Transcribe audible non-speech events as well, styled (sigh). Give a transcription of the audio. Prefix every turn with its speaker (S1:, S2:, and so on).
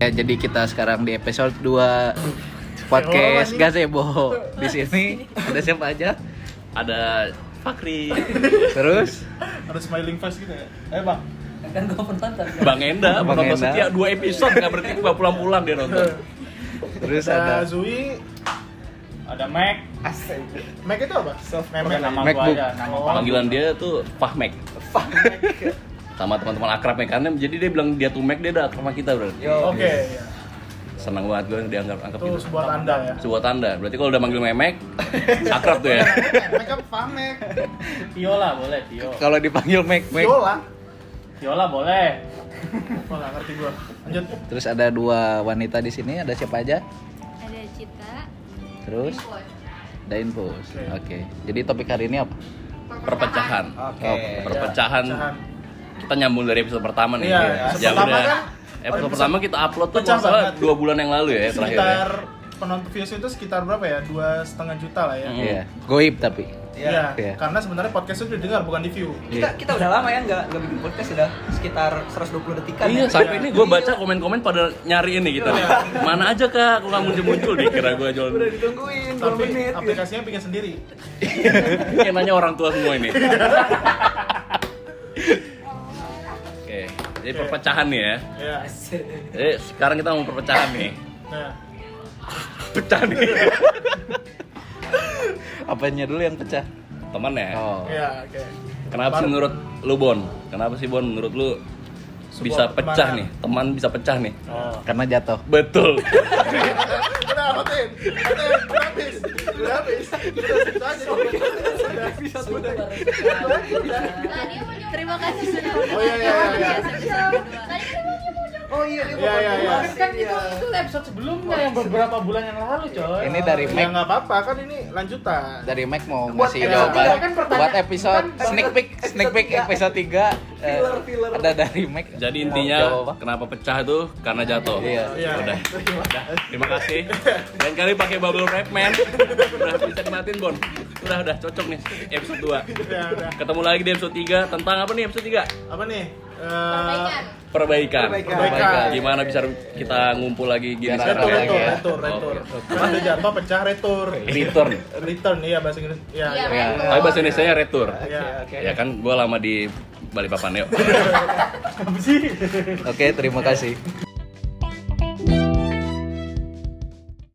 S1: Ya, jadi kita sekarang di episode 2 podcast Gazebo. Di sini ada siapa aja?
S2: Ada Fakri,
S1: Terus
S3: Ada smiling face gitu ya. Eh bang,
S4: kan gue penonton kan?
S2: Bang Enda,
S1: Bang
S2: Bang
S1: Enda.
S2: setia dua episode nggak berarti nggak pulang-pulang dia nonton.
S1: terus
S3: ada
S1: ada
S3: Zui, ada Mac.
S5: Asik.
S3: Mac itu apa? Soft Memek nama gua
S1: MacBook.
S3: aja, nama
S5: Oh.
S2: Panggilan dia tuh Fahmek sama teman-teman akrab mekannya jadi dia bilang dia tuh Mac dia udah akrab sama kita bro
S5: Yo.
S3: Oke, iya.
S2: senang banget gue dianggap anggap
S3: itu
S2: gitu
S3: sebuah tanda ya.
S2: sebuah tanda berarti kalau udah manggil
S3: (laughs)
S2: memek akrab tuh ya
S3: Mac apa Famek?
S4: Tio lah boleh Tio.
S1: kalau dipanggil Mac Mac.
S3: Yola.
S4: Tio lah boleh.
S3: Oh lah, ngerti gua. Lanjut.
S1: Terus ada dua wanita di sini, ada siapa aja?
S6: ada Cita
S1: Terus ada info. Oke.
S3: Oke.
S1: Jadi topik hari ini apa?
S2: perpecahan
S5: Oke.
S3: Iya,
S1: Oke.
S2: perpecahan
S3: Pecahan.
S2: kita nyambung dari episode pertama nih
S3: Iya,
S2: ya
S3: episode pertama
S2: udah
S3: kan-
S2: episode pertama kita upload tuh
S3: Pecah
S2: kalau nggak salah
S3: banget.
S2: dua bulan yang lalu ya terakhir ya.
S3: Sekitar penonton views itu sekitar berapa ya? Dua setengah juta lah ya.
S2: Mm.
S1: Iya, goib tapi.
S3: Iya,
S1: Iya.
S3: karena sebenarnya podcast itu didengar bukan di view.
S1: Iya.
S5: Kita kita udah lama ya nggak nggak bikin podcast sudah sekitar 120 detikan.
S4: Kan?
S2: Iya,
S5: ya?
S2: sampai ini gue baca komen-komen pada nyari ini kita nih. Mana aja kak, aku nggak muncul-muncul deh kira gue jual.
S5: Udah ditungguin 2
S3: Tapi
S5: menit. ya.
S3: aplikasinya bikin sendiri.
S2: Kayak nanya orang tua semua ini. Oke, jadi perpecahan nih ya.
S3: Iya.
S5: Asik.
S2: Jadi sekarang kita mau perpecahan nih.
S3: Nah,
S2: Pecah nih.
S1: Apanya dulu yang pecah?
S2: Temen ya.
S1: Oh.
S3: iya, oke.
S2: Kenapa sih
S3: Baru.
S2: menurut lu Bon? Kenapa sih Bon menurut lu
S3: Sebuah
S2: bisa pecah
S3: pertemanan.
S2: nih? Teman bisa pecah nih.
S3: Oh.
S1: Karena jatuh.
S2: Betul.
S3: Udah, Otin. Otin, udah habis. Udah habis. Udah, itu aja. Udah,
S5: Bisa sudah.
S6: terima kasih sudah
S3: Oh, iya, iya, iya, iya.
S6: tadi kan emangnya mau jawab
S5: Oh iya, dia
S3: Iya, iya, iya.
S4: Kan itu itu episode sebelumnya yang beberapa bulan yang lalu coy.
S1: Ini dari
S3: Ya
S1: Mac
S3: nggak apa-apa, kan ini lanjutan.
S1: dari Mac mau
S5: Buat
S1: ngasih
S5: episode
S1: jawaban
S4: tiga kan pertanyaan-
S1: buat episode
S4: kan-
S1: sneak peek sneak peek episode
S5: episode
S1: 3
S5: Filler, filler.
S1: ada dari Mac
S2: Jadi
S1: Mau
S2: intinya
S1: jawab apa?
S2: kenapa pecah itu karena jatuh.
S1: Iya.
S3: Iya.
S2: Udah. Udah. Terima kasih. Lain kali pakai bubble wrap man. Udah bisa dimatiin Bon. Udah udah cocok nih episode 2.
S3: Ya, udah.
S2: Ketemu lagi di episode 3 tentang apa nih episode 3?
S3: Apa nih? Eh,
S6: perbaikan
S2: Perbaikan.
S5: Perbaikan.
S3: Perbaikan.
S2: Gimana bisa kita ngumpul lagi
S1: Biar
S2: gini sekarang
S3: retur,
S1: Perbaikan.
S3: retur,
S2: ya?
S3: retur, retur.
S2: Oke.
S3: Ada jatuh, pecah, retur.
S2: Return.
S3: Return, iya bahasa Inggris. Iya,
S6: Iya,
S3: iya.
S1: retur.
S2: Tapi bahasa Indonesia nya retur.
S3: Iya.
S5: Oke.
S2: Ya kan gua lama di Balikpapan yuk.
S1: Oke, terima kasih.